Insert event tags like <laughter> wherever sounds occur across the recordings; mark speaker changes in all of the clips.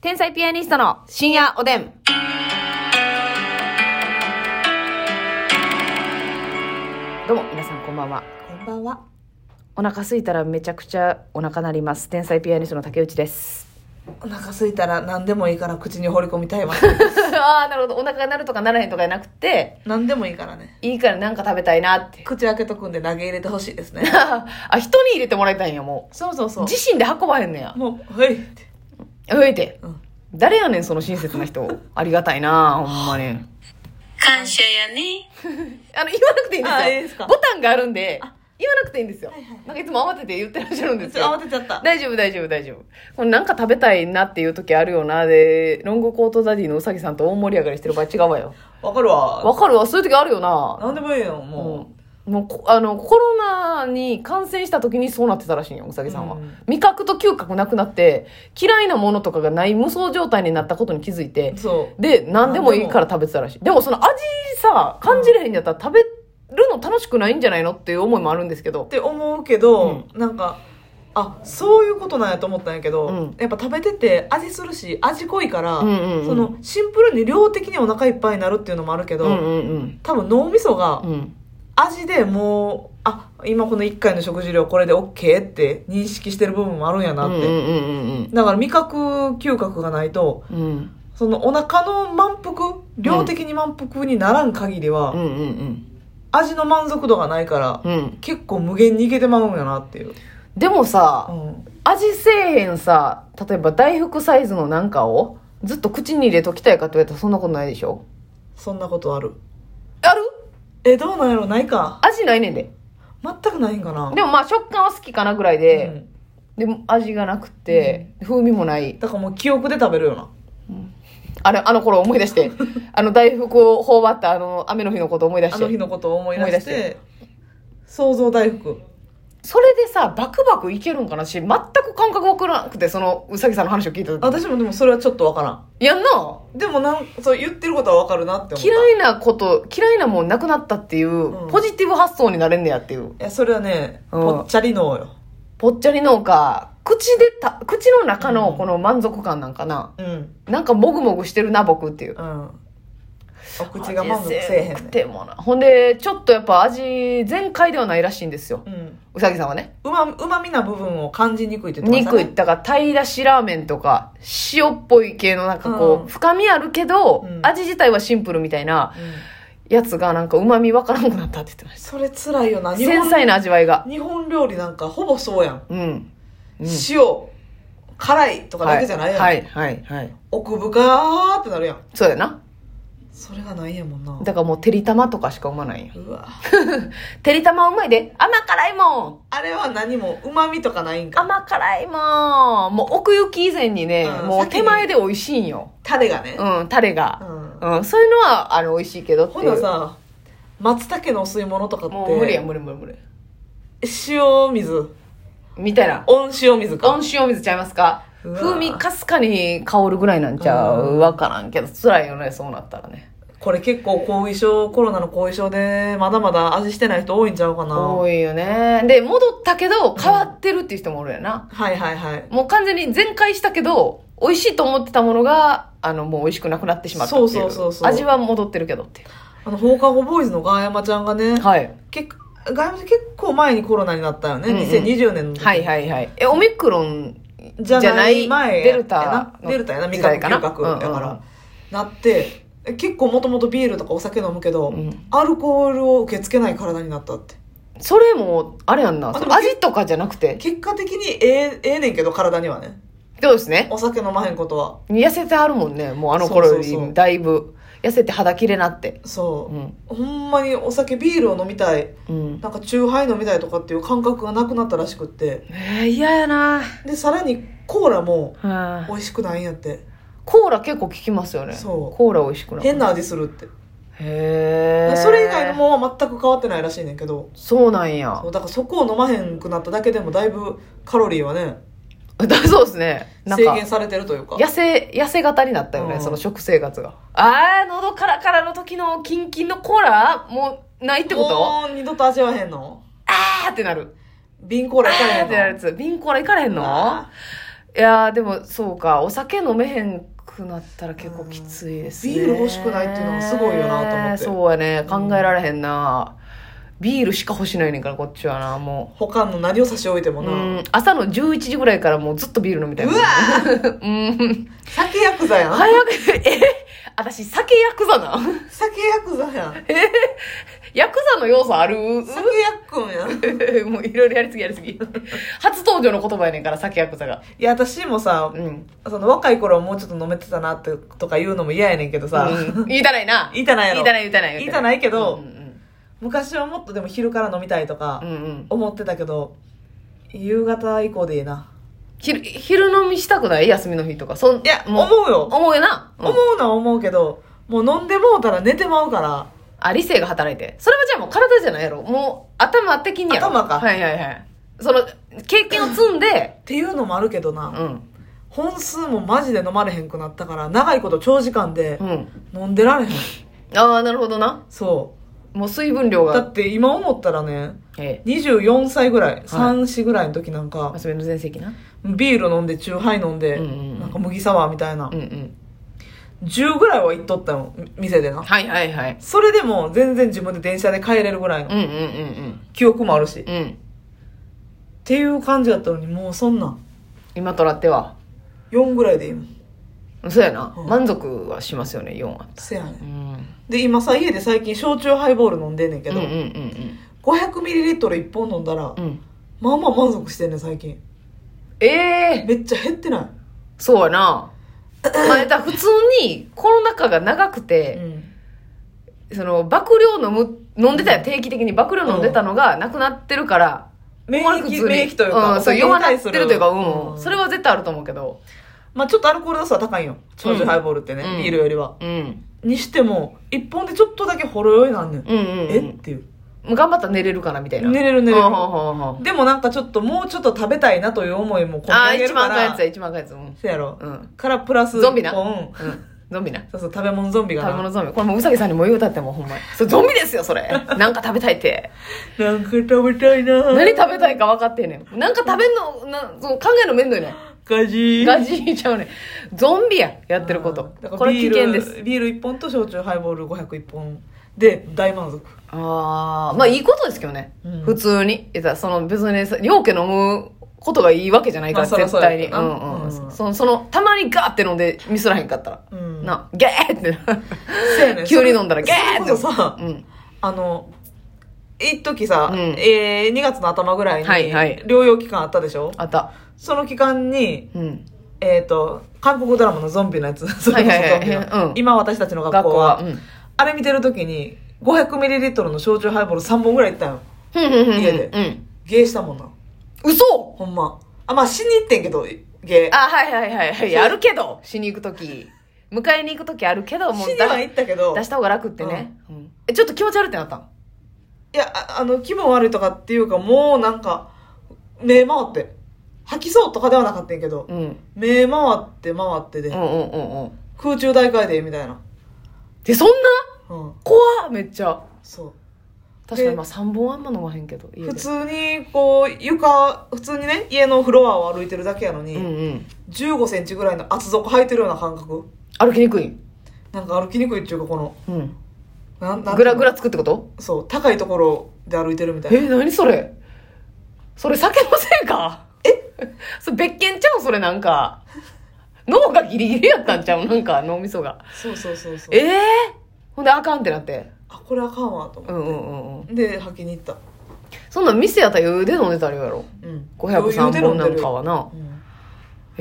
Speaker 1: 天才ピアニストの深夜おでん。どうも、皆さんこんばんは。
Speaker 2: こんばんは。
Speaker 1: お腹空いたらめちゃくちゃお腹なります。天才ピアニストの竹内です。
Speaker 2: お腹空いたら何でもいいから口に放り込みたいわ。 <laughs> な
Speaker 1: <laughs> ああ、なるほど。お腹がなるとかならへんとかじゃなくて、
Speaker 2: 何でもいいからね。
Speaker 1: いいからなんか食べたいなって。。
Speaker 2: 口開けとくんで投げ入れてほしいですね
Speaker 1: あ、人に入れてもらいたいんや、も。
Speaker 2: <laughs> そうそうそう
Speaker 1: 自身で運ばへんねや。
Speaker 2: もう、はいって。
Speaker 1: 増えて。
Speaker 2: うん。
Speaker 1: 誰やねん、その親切な人。ありがたいなほんまに。
Speaker 2: 感謝やね。
Speaker 1: <laughs> あの、言わなくていいんですよ。
Speaker 2: あいいですか
Speaker 1: ボタンがあるんで、言わなくていいんですよ。
Speaker 2: いはいはい
Speaker 1: なんかいつも慌てて言ってらっしゃるんです
Speaker 2: ちょっ
Speaker 1: よ
Speaker 2: と慌。てちゃった。
Speaker 1: 大丈夫、大丈夫、大丈夫。これなんか食べたいなっていう時あるよな、で、ロングコートダディのうさぎさんと大盛り上がりしてる場合違うわよ。
Speaker 2: わかるわ。
Speaker 1: わかるわ、そういう時あるよな。
Speaker 2: 何でもいいよ、
Speaker 1: うん
Speaker 2: も
Speaker 1: もうこあの、コロナに感染した時にそうなってたらしいんよ、うさぎさんは
Speaker 2: うん。
Speaker 1: 味覚と嗅覚なくなって、嫌いなものとかがない無双状態になったことに気づいて
Speaker 2: う。、そ
Speaker 1: で何でもいいから食べてたらしいでもその味さ感じれへんやったら食べるの楽しくないんじゃないのっていう思いもあるんですけ
Speaker 2: う。っ
Speaker 1: ど
Speaker 2: て思うけど、なんか、あ、そういうことなんやと思ったんやけど、
Speaker 1: うん
Speaker 2: やっぱ食べてて味するし、味濃いから、
Speaker 1: うんうんうん
Speaker 2: その、シンプルに量的にお腹いっぱいになるっていうのもあるけ
Speaker 1: う
Speaker 2: ど、
Speaker 1: んうん
Speaker 2: 多分脳みそが
Speaker 1: うんうん
Speaker 2: 味でもうあ今この1回の食事量これで OK って認識してる部分もあるんやな
Speaker 1: う
Speaker 2: っ
Speaker 1: ん
Speaker 2: て、
Speaker 1: うんうん
Speaker 2: だから味覚嗅覚がないと
Speaker 1: うんうん
Speaker 2: そのお腹の満腹量的に満腹にならん限りは、
Speaker 1: うんうん
Speaker 2: 味の満足度がないから、
Speaker 1: うんうん
Speaker 2: 結構無限にいけてまうんやなっていう、
Speaker 1: でも
Speaker 2: う
Speaker 1: さ
Speaker 2: ん、
Speaker 1: 味せえへんさ例えば大福サイズのなんかをずっと口に入れときたいかって言われたらそんなことないでしょ
Speaker 2: そんなことある
Speaker 1: ある
Speaker 2: えどうなんやろないか
Speaker 1: 味ないねんで
Speaker 2: 全くないんかな
Speaker 1: でもまあ食感は好きかなぐらいで、
Speaker 2: うん
Speaker 1: でも味がなくて、風味もない
Speaker 2: だからもう記憶で食べるよな
Speaker 1: あれ、あの頃思い出
Speaker 2: <laughs>
Speaker 1: して、あの大福を頬張ったあの雨の日のこと思い出し
Speaker 2: あの日
Speaker 1: て。
Speaker 2: のことを思い出
Speaker 1: 思い出
Speaker 2: し
Speaker 1: して
Speaker 2: 想像大福
Speaker 1: それでさ、バクバクいけるんかなし、全く感覚わからなくて、そのうさぎさんの話を聞いた時。
Speaker 2: 私もでもそれはちょっとわからん
Speaker 1: やんな
Speaker 2: でもなんそう言ってることはわかるなって思ったい
Speaker 1: 嫌いなこと、嫌いなもんなくなったっていう、
Speaker 2: うん
Speaker 1: ポジティブ発想になれんねやっていう。
Speaker 2: やそれはね
Speaker 1: うん
Speaker 2: ぽっちゃり脳よ
Speaker 1: ぽっちゃりのか、口でた、口の中の
Speaker 2: うん
Speaker 1: この満足感なんかな。
Speaker 2: うん
Speaker 1: なんかもぐもぐしてるな、僕っていう。
Speaker 2: うんお口が満足せえへん
Speaker 1: く
Speaker 2: ね
Speaker 1: てもな。ほんで、ちょっとやっぱ味全開ではないらしいんですよ。
Speaker 2: うん
Speaker 1: うさぎさんはね。
Speaker 2: うまうまみな部分を感じにくいって言ってま
Speaker 1: 肉
Speaker 2: し
Speaker 1: い
Speaker 2: た
Speaker 1: った
Speaker 2: ね
Speaker 1: から、タイだしラーメンとか、塩っぽい系のなんかこう、
Speaker 2: うん
Speaker 1: 深みあるけど、
Speaker 2: うん
Speaker 1: 味自体はシンプルみたいな
Speaker 2: うん
Speaker 1: やつがなんか旨味わからなくなったって言ってまし
Speaker 2: それ辛いよな
Speaker 1: た。
Speaker 2: 日本
Speaker 1: 繊細な味わいが。
Speaker 2: 日本料理なんかほぼそうやん
Speaker 1: うん。うん
Speaker 2: 塩辛いとかだけじゃないやん、
Speaker 1: はい、はい、はいはい。
Speaker 2: 奥深ーってなるやん
Speaker 1: そうやな。
Speaker 2: それがないやもんな
Speaker 1: だからもう、てりたまとかしかうまないんや。
Speaker 2: うわ
Speaker 1: てりたまうまいで。甘辛いもん
Speaker 2: あれは何もうまみとかないんか
Speaker 1: 甘辛いもんもう奥行き以前にね、
Speaker 2: うん
Speaker 1: もう
Speaker 2: 先に
Speaker 1: 手前で美味しいんよ。
Speaker 2: タレがね
Speaker 1: うん、タレ
Speaker 2: う
Speaker 1: が。
Speaker 2: ん
Speaker 1: うん、そういうのは、あの、美味しいけどってい
Speaker 2: ほ
Speaker 1: う。
Speaker 2: なさ松茸のお吸い物とかって
Speaker 1: もう無理や、無理無理無理。
Speaker 2: 塩水
Speaker 1: みたいな。
Speaker 2: 温塩水か
Speaker 1: 温塩水ちゃいますか
Speaker 2: うわ
Speaker 1: 風味かすかに香るぐらいなんちゃ
Speaker 2: う
Speaker 1: うんわからんけど辛いよねそうなったらね
Speaker 2: これ結構後遺症コロナの後遺症でまだまだ味してない人多いんちゃうかな
Speaker 1: 多いよねで戻ったけど変わってるっていう人もおるやな、
Speaker 2: はいはいはい
Speaker 1: もう完全に全開したけど美味しいと思ってたものがあのもう美味しくなくなってしまったっていう
Speaker 2: そうそうそうそう
Speaker 1: 味は戻ってるけどってい
Speaker 2: あの放課後ボーイズのガーヤマちゃんがね
Speaker 1: うはい
Speaker 2: 結構ガーヤマちゃん結構前にコロナになったよね、
Speaker 1: うんうん
Speaker 2: 2020年の時
Speaker 1: はいはいはいえオミクロン
Speaker 2: じゃ
Speaker 1: じゃな
Speaker 2: ないい前
Speaker 1: デルタの
Speaker 2: デルタやな
Speaker 1: 時
Speaker 2: 味覚
Speaker 1: 代かな
Speaker 2: 嗅覚だから、
Speaker 1: うんうんうん
Speaker 2: なってえ結構もともとビールとかお酒飲むけど、
Speaker 1: うん
Speaker 2: アルコールを受け付けない体になったって
Speaker 1: それもあれやんな
Speaker 2: あでも
Speaker 1: その味とかじゃなくて
Speaker 2: 結果的にええええねんけど体にはね
Speaker 1: どうですね
Speaker 2: お酒飲まへんことは
Speaker 1: 痩せてあるもんねもうあの頃よ
Speaker 2: そうそうそ
Speaker 1: り
Speaker 2: う
Speaker 1: だいぶ痩せて肌切れなって
Speaker 2: そう
Speaker 1: う、ん
Speaker 2: ほんまにお酒ビールを飲みたい
Speaker 1: うん
Speaker 2: なんかチューハイ飲みたいとかっていう感覚がなくなったらしくって
Speaker 1: えー、嫌やな
Speaker 2: でさらにコーラも
Speaker 1: はあ
Speaker 2: 美味しくないんやって
Speaker 1: コーラ結構効きますよね
Speaker 2: そう
Speaker 1: コーラ美味しくない
Speaker 2: 変な味するって
Speaker 1: へえ
Speaker 2: それ以外のもんは全く変わってないらしいねんけど
Speaker 1: そうなんや
Speaker 2: そうだからそこを飲まへんくなっただけでもだいぶカロリーはね
Speaker 1: だそうですねなん
Speaker 2: 制
Speaker 1: か
Speaker 2: 限されてるというか
Speaker 1: 痩せ痩せ型になったよね、
Speaker 2: うん
Speaker 1: その食生活がああ喉カラカラの時のキンキンのコーラもうないってこと
Speaker 2: もう二度と味わへんの
Speaker 1: あーってなる
Speaker 2: 瓶コーラいかれ
Speaker 1: あーってな
Speaker 2: へん
Speaker 1: るやつ瓶コーラいかれへん
Speaker 2: の
Speaker 1: のいやーでもそうかお酒飲めへんくなったら結構きついですね、
Speaker 2: ビール欲しくないっていうのはすごいよなと思って
Speaker 1: そうやね考えられへんな、ビールしか欲しないねんからこっちはなも
Speaker 2: 他の何を差し置いても
Speaker 1: う、
Speaker 2: な、
Speaker 1: うん、朝の11時ぐらいからもうずっとビール飲みたいもん
Speaker 2: うわ
Speaker 1: うん
Speaker 2: 酒ヤクザやん
Speaker 1: 早くえ私酒ヤクザな <laughs>
Speaker 2: 酒ヤクザやん
Speaker 1: ヤクザの要素ある <laughs>
Speaker 2: 酒ヤっくんやん
Speaker 1: もういろいろやりすぎやりすぎ初登場の言葉やねんから酒ヤクザが
Speaker 2: いや私もさ
Speaker 1: うん
Speaker 2: その若い頃はもうちょっと飲めてたなってとか言うのも嫌やねんけどさ、
Speaker 1: うん言いたないな
Speaker 2: 言いたないやろ
Speaker 1: 言いたない言いたない
Speaker 2: 言いたないけ
Speaker 1: う
Speaker 2: ど
Speaker 1: んうん
Speaker 2: 昔はもっとでも昼から飲みたいと
Speaker 1: う
Speaker 2: か
Speaker 1: んうん
Speaker 2: 思ってたけど、夕方以降でいいな
Speaker 1: 昼昼飲みしたくない休みの日とかそん
Speaker 2: いや
Speaker 1: も
Speaker 2: 思うよ
Speaker 1: 思うよな、うん
Speaker 2: 思うのは思うけどもう飲んでもうたら寝てまうから
Speaker 1: あ理性が働いてそれはじゃあもう体じゃないやろもう頭的にやろ
Speaker 2: 頭か
Speaker 1: はいはいはいその経験を積んで
Speaker 2: っていうのもあるけどな、
Speaker 1: うん
Speaker 2: 本数もマジで飲まれへんくなったから長いこと長時間で
Speaker 1: うん
Speaker 2: 飲んでられへん、
Speaker 1: ああなるほどな
Speaker 2: そ
Speaker 1: もう水分量
Speaker 2: うだ
Speaker 1: が
Speaker 2: って今思ったらね
Speaker 1: ええ
Speaker 2: 24歳ぐらい34ぐらいの時なんか、
Speaker 1: マスメの全盛期な
Speaker 2: ビール飲んでチューハイ飲んで、
Speaker 1: うんうんうん
Speaker 2: なんか麦サワーみたいな
Speaker 1: うんうん
Speaker 2: 10ぐらいは行っとったよみ店でな
Speaker 1: はいはいはい
Speaker 2: それでも全然自分で電車で帰れるぐらいの
Speaker 1: うんうんうん
Speaker 2: 記憶もあるし、っ
Speaker 1: うんうん
Speaker 2: ていう感じだったのにもうそんなん
Speaker 1: 今となっては
Speaker 2: 4ぐらいでいいもん
Speaker 1: そうやな、
Speaker 2: うん
Speaker 1: 満足はしますよね4は
Speaker 2: せやね
Speaker 1: うんん
Speaker 2: で今さ家で最近焼酎ハイボール飲んでんねんけ
Speaker 1: うん
Speaker 2: ど、
Speaker 1: うんうん
Speaker 2: 500ミリリットル1本飲んだら、
Speaker 1: うんうん
Speaker 2: まあまあ満足してんねん最近
Speaker 1: ええ
Speaker 2: めっちゃ減ってな
Speaker 1: そうやなまあ言ったら普通にコロナ禍が長く
Speaker 2: い、
Speaker 1: て、その爆量飲む飲んでたよ定期的に爆量飲んでたのがなくなってるから、
Speaker 2: 免
Speaker 1: これ普通
Speaker 2: 疫
Speaker 1: に
Speaker 2: 免疫というか、
Speaker 1: うん、
Speaker 2: お
Speaker 1: そう
Speaker 2: 酒
Speaker 1: 弱な
Speaker 2: に
Speaker 1: っ
Speaker 2: 対
Speaker 1: て
Speaker 2: す
Speaker 1: るというかうん、それ
Speaker 2: は
Speaker 1: は絶対あると思うけど
Speaker 2: まあちょっとアルコール度数は高いんよ長
Speaker 1: う
Speaker 2: 寿
Speaker 1: ん
Speaker 2: ハイボールってね、
Speaker 1: うん
Speaker 2: ビールよりは
Speaker 1: うん
Speaker 2: にしても1本でちょっとだけほろ酔いなんねん、
Speaker 1: うんうん、う
Speaker 2: えっ
Speaker 1: ん、
Speaker 2: ていう
Speaker 1: もう頑張ったら寝れるかなみたいな
Speaker 2: 寝れる寝れる
Speaker 1: うんうんうんうん
Speaker 2: でもなんかちょっともうちょっと食べたいなという思いも込
Speaker 1: ああ
Speaker 2: み上げ
Speaker 1: 一
Speaker 2: るか
Speaker 1: 万回や
Speaker 2: ら
Speaker 1: つや一万回やつうん、
Speaker 2: せやろ、
Speaker 1: うん
Speaker 2: からプラス
Speaker 1: ゾンビな
Speaker 2: 一本
Speaker 1: うん、ゾンビな
Speaker 2: そうそう食べ物ゾンビが
Speaker 1: 食べ
Speaker 2: な
Speaker 1: 物ゾンビこれもううさぎさんにも言うたってもうほんまにそれゾンビですよそれなんか食べたいって
Speaker 2: なんか食べたい
Speaker 1: <laughs>
Speaker 2: な
Speaker 1: 何食べたいか分かってんねんなんか食べんのなそう考えるのめんどいねん
Speaker 2: ガジー
Speaker 1: ガジーちゃうねんゾンビややってること
Speaker 2: だから
Speaker 1: これ危
Speaker 2: ビール
Speaker 1: 険です
Speaker 2: ビール1本と焼酎ハイボール501本で大満足
Speaker 1: ああまあいいことですけどね、
Speaker 2: うん
Speaker 1: 普通にいやその別にさ両家飲むことがいいわけじゃないから、
Speaker 2: まあそら
Speaker 1: 絶
Speaker 2: そうや
Speaker 1: 対に
Speaker 2: けどな
Speaker 1: うんうん、
Speaker 2: うん
Speaker 1: そのそのたまにガーって飲んでミスらへんかったら、
Speaker 2: うん
Speaker 1: なゲーって <laughs> な
Speaker 2: そうやね
Speaker 1: 急に飲んだらゲーって
Speaker 2: それこそさ
Speaker 1: うん
Speaker 2: あの一時さ、
Speaker 1: うん
Speaker 2: えー、2月の頭ぐらいに
Speaker 1: はいはい
Speaker 2: 療養期間あったでしょ、
Speaker 1: あった
Speaker 2: その期間に
Speaker 1: うん
Speaker 2: えっ、と韓国ドラマのゾンビのやつ <laughs> そ
Speaker 1: はい
Speaker 2: れこ
Speaker 1: はい
Speaker 2: そ
Speaker 1: は
Speaker 2: ゾ
Speaker 1: い
Speaker 2: ンビの、
Speaker 1: うん
Speaker 2: 今私たちの学
Speaker 1: 学
Speaker 2: 校
Speaker 1: 校
Speaker 2: は
Speaker 1: はうん
Speaker 2: あれ見てる時に 500ml の焼酎ハイボール3本ぐらいいったよ
Speaker 1: ふんふんふんふん
Speaker 2: 家で
Speaker 1: うん
Speaker 2: ゲーしたもんな
Speaker 1: 嘘
Speaker 2: ほんまあまあ死に行ってんけどゲー
Speaker 1: あ、はいはいはいはい。あるけど、しに行くとき。迎えに行くときあるけど、もう
Speaker 2: 死に
Speaker 1: だ
Speaker 2: は行ったけど
Speaker 1: 出した方が楽ってね、うんえ、ちょっと気持ち悪いってなったの
Speaker 2: いや、ああの、気分悪いとかっていうか、もうなんか、目回って。吐きそうとかではなかったんやけど、
Speaker 1: うん。うん
Speaker 2: 目回って回ってで、
Speaker 1: うんうんうん。
Speaker 2: 空中大会で、みたいな。
Speaker 1: で、そんな
Speaker 2: うん、
Speaker 1: 怖っめっちゃ。
Speaker 2: そ
Speaker 1: 確かにまあ3本あんま飲まへんけど、
Speaker 2: う。
Speaker 1: 家で
Speaker 2: 普通に、こう、床、普通にね、家のフロアを歩いてるだけやのに、
Speaker 1: うんうん。
Speaker 2: 15センチぐらいの厚底履いてるような感覚。
Speaker 1: 歩きにくい。
Speaker 2: なんか歩きにくいっていうか、この、
Speaker 1: うん。
Speaker 2: なん、なん
Speaker 1: グ
Speaker 2: ていうの
Speaker 1: ラグラつくってこと
Speaker 2: そう、高いところで歩いてるみたいな。
Speaker 1: え、何それそれ酒のせいかえ <laughs> それ別件ちゃうそれなんか。脳がギリギリやったんちゃうなんか脳みそが。
Speaker 2: そうそうそうそう。
Speaker 1: ええほんであかんってなって。
Speaker 2: あ、これあかんわ、と
Speaker 1: う
Speaker 2: 思
Speaker 1: んうんうんうん。
Speaker 2: って。で、吐きに行った。
Speaker 1: そんなん店やったら腕飲んでたらよやろ。
Speaker 2: うん。
Speaker 1: 503本なんかはな。
Speaker 2: うん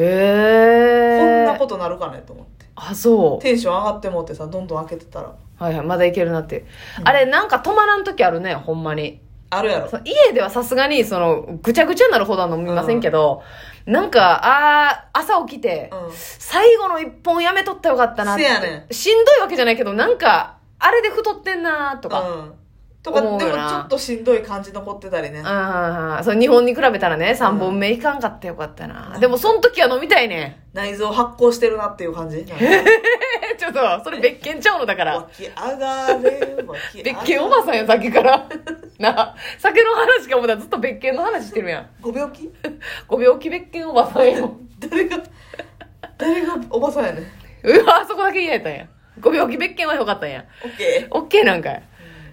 Speaker 1: へ
Speaker 2: こん
Speaker 1: え。
Speaker 2: なことなるかねと思って
Speaker 1: あ、そ
Speaker 2: テンション上がってもってさどんどん開けてたら
Speaker 1: う。はいはい、まだいけるなって。あれ、なんか止まらん時あるね、ほんまに。
Speaker 2: あるやろ
Speaker 1: その家ではさすがに、その、ぐちゃぐちゃになるほどは飲みませんけど、なんか、あー朝起きて、
Speaker 2: うん
Speaker 1: 最後の一本やめとったらよかったなって。
Speaker 2: せやね
Speaker 1: しんどいわけじゃないけど、なんか、あれで太ってんなーとか。
Speaker 2: うんとかで
Speaker 1: 思
Speaker 2: も
Speaker 1: う
Speaker 2: ち
Speaker 1: よな
Speaker 2: ょっとしんどい感じ残ってたりね
Speaker 1: ああ、そう、日本に比べたらね、3本目いかんかったよかったな。でも、その時は飲みたいね。
Speaker 2: 内臓発酵してるなっていう感じなんか
Speaker 1: え、ちょっと、それ別件ちゃうのだから <laughs>
Speaker 2: 湧。き上がれ湧き上がれ
Speaker 1: 別件おばさんや、さっきから。なあ酒の話かもだずっと別件の話してるやん
Speaker 2: ご病気
Speaker 1: ご病気別件おばさんやん
Speaker 2: 誰が誰がおばさんやねん
Speaker 1: うわあそこだけ嫌やったんやご病気別件はよかったんや
Speaker 2: オッケ
Speaker 1: オッケーなんかい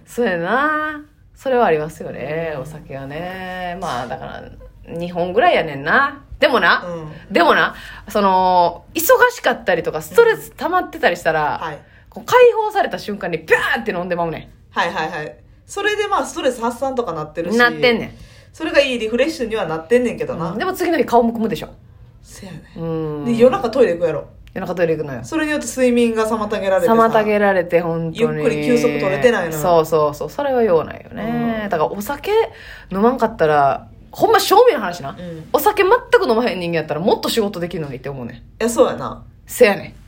Speaker 1: そうやなそれはありますよねお酒はねまあだから2本ぐらいやねんなでもな、
Speaker 2: うん
Speaker 1: でもなその忙しかったりとかストレス溜まってたりしたら、
Speaker 2: はい
Speaker 1: こう解放された瞬間にピャーって飲んでまうね
Speaker 2: はいはいはいそれでまあストレス発散とかなってる
Speaker 1: ん
Speaker 2: し
Speaker 1: なってんね
Speaker 2: それがいいリフレッシュにはなってんねんけどな、
Speaker 1: んでも次の日顔むくむでしょ
Speaker 2: せやね
Speaker 1: うん
Speaker 2: で夜中トイレ行くやろ
Speaker 1: 夜中トイレ行くのよ
Speaker 2: それによって睡眠が妨げられてさ
Speaker 1: 妨げられて本当に
Speaker 2: ゆっくり休息取れてないのよ
Speaker 1: そうそうそうそれはようないよね、
Speaker 2: うん
Speaker 1: だからお酒飲まんかったらほんま正味の話な、
Speaker 2: うん
Speaker 1: お酒全く飲まへん人間やったらもっと仕事できるのにって思うねん
Speaker 2: いやそうやな
Speaker 1: せやねんだか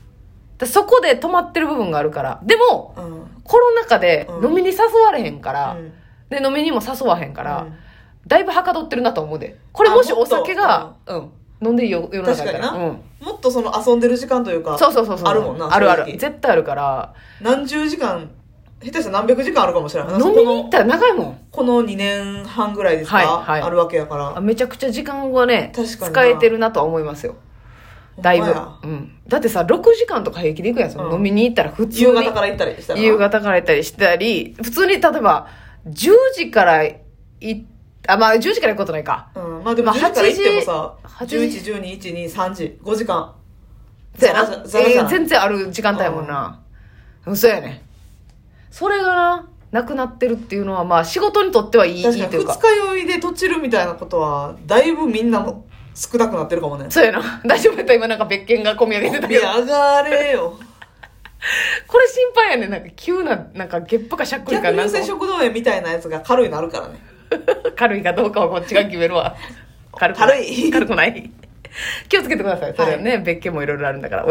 Speaker 1: らそこで止まってる部分があるからでも
Speaker 2: うん、うん、
Speaker 1: コロナ禍で
Speaker 2: うん
Speaker 1: 飲みに誘われへんから、で飲みにも誘わへんから、
Speaker 2: うん
Speaker 1: だいぶはかどってるなと思うでこれもし
Speaker 2: あも
Speaker 1: お
Speaker 2: っと
Speaker 1: 酒がうん、飲んでいいよ世の中やったら
Speaker 2: 確かに
Speaker 1: うん
Speaker 2: もっとその遊んでる時間というか
Speaker 1: そうそうそうそう
Speaker 2: あるもんな
Speaker 1: あるあ
Speaker 2: 正
Speaker 1: る
Speaker 2: 直
Speaker 1: 絶対あるから
Speaker 2: 何十時間下手したら何百時間あるかもしれない
Speaker 1: 飲みに行ったら長いもん
Speaker 2: この2年半ぐらいですか、
Speaker 1: はいはい
Speaker 2: あるわけやか
Speaker 1: あ
Speaker 2: ら
Speaker 1: めちゃくちゃ時間はね
Speaker 2: 確かにな
Speaker 1: 使えてるなとは思いますよだいぶ、
Speaker 2: ほんまや
Speaker 1: うん、だってさ6時間とか平気で行くやん、その
Speaker 2: うん
Speaker 1: 飲みに行ったら普通に
Speaker 2: 夕方から行ったりしたら
Speaker 1: 夕方から行ったりしたり普通に例えば10時からいあまあ10時から行くことないか
Speaker 2: うん、まあでも
Speaker 1: まあ
Speaker 2: 10時から行ってもさ、
Speaker 1: 8時
Speaker 2: 11、12、1、2、3時、5時間。
Speaker 1: そうやな
Speaker 2: ざらざらざら
Speaker 1: えー全然ある時間帯やもんなうんそうやねそれがななくなってるっていうのはまあ仕事にとってはいいい
Speaker 2: 確か
Speaker 1: い
Speaker 2: に
Speaker 1: という
Speaker 2: 二
Speaker 1: か
Speaker 2: 日酔いでとちるみたいなことは、だいぶみんなも少なくなってるかもね。
Speaker 1: そうやな大丈夫やった今なんか別件が込み上げてた
Speaker 2: い
Speaker 1: けど
Speaker 2: や、上がれよ。
Speaker 1: これ心配やねなんか急ななんかゲップかしゃっくり
Speaker 2: 逆
Speaker 1: かな
Speaker 2: 流
Speaker 1: んか
Speaker 2: 性食道炎みたいなやつが軽いなるからね。
Speaker 1: 軽いかどうかはこっちが決めるわ軽く
Speaker 2: 軽い
Speaker 1: 軽くない気をつけてくださいそれはね、別件もいろいろあるんだから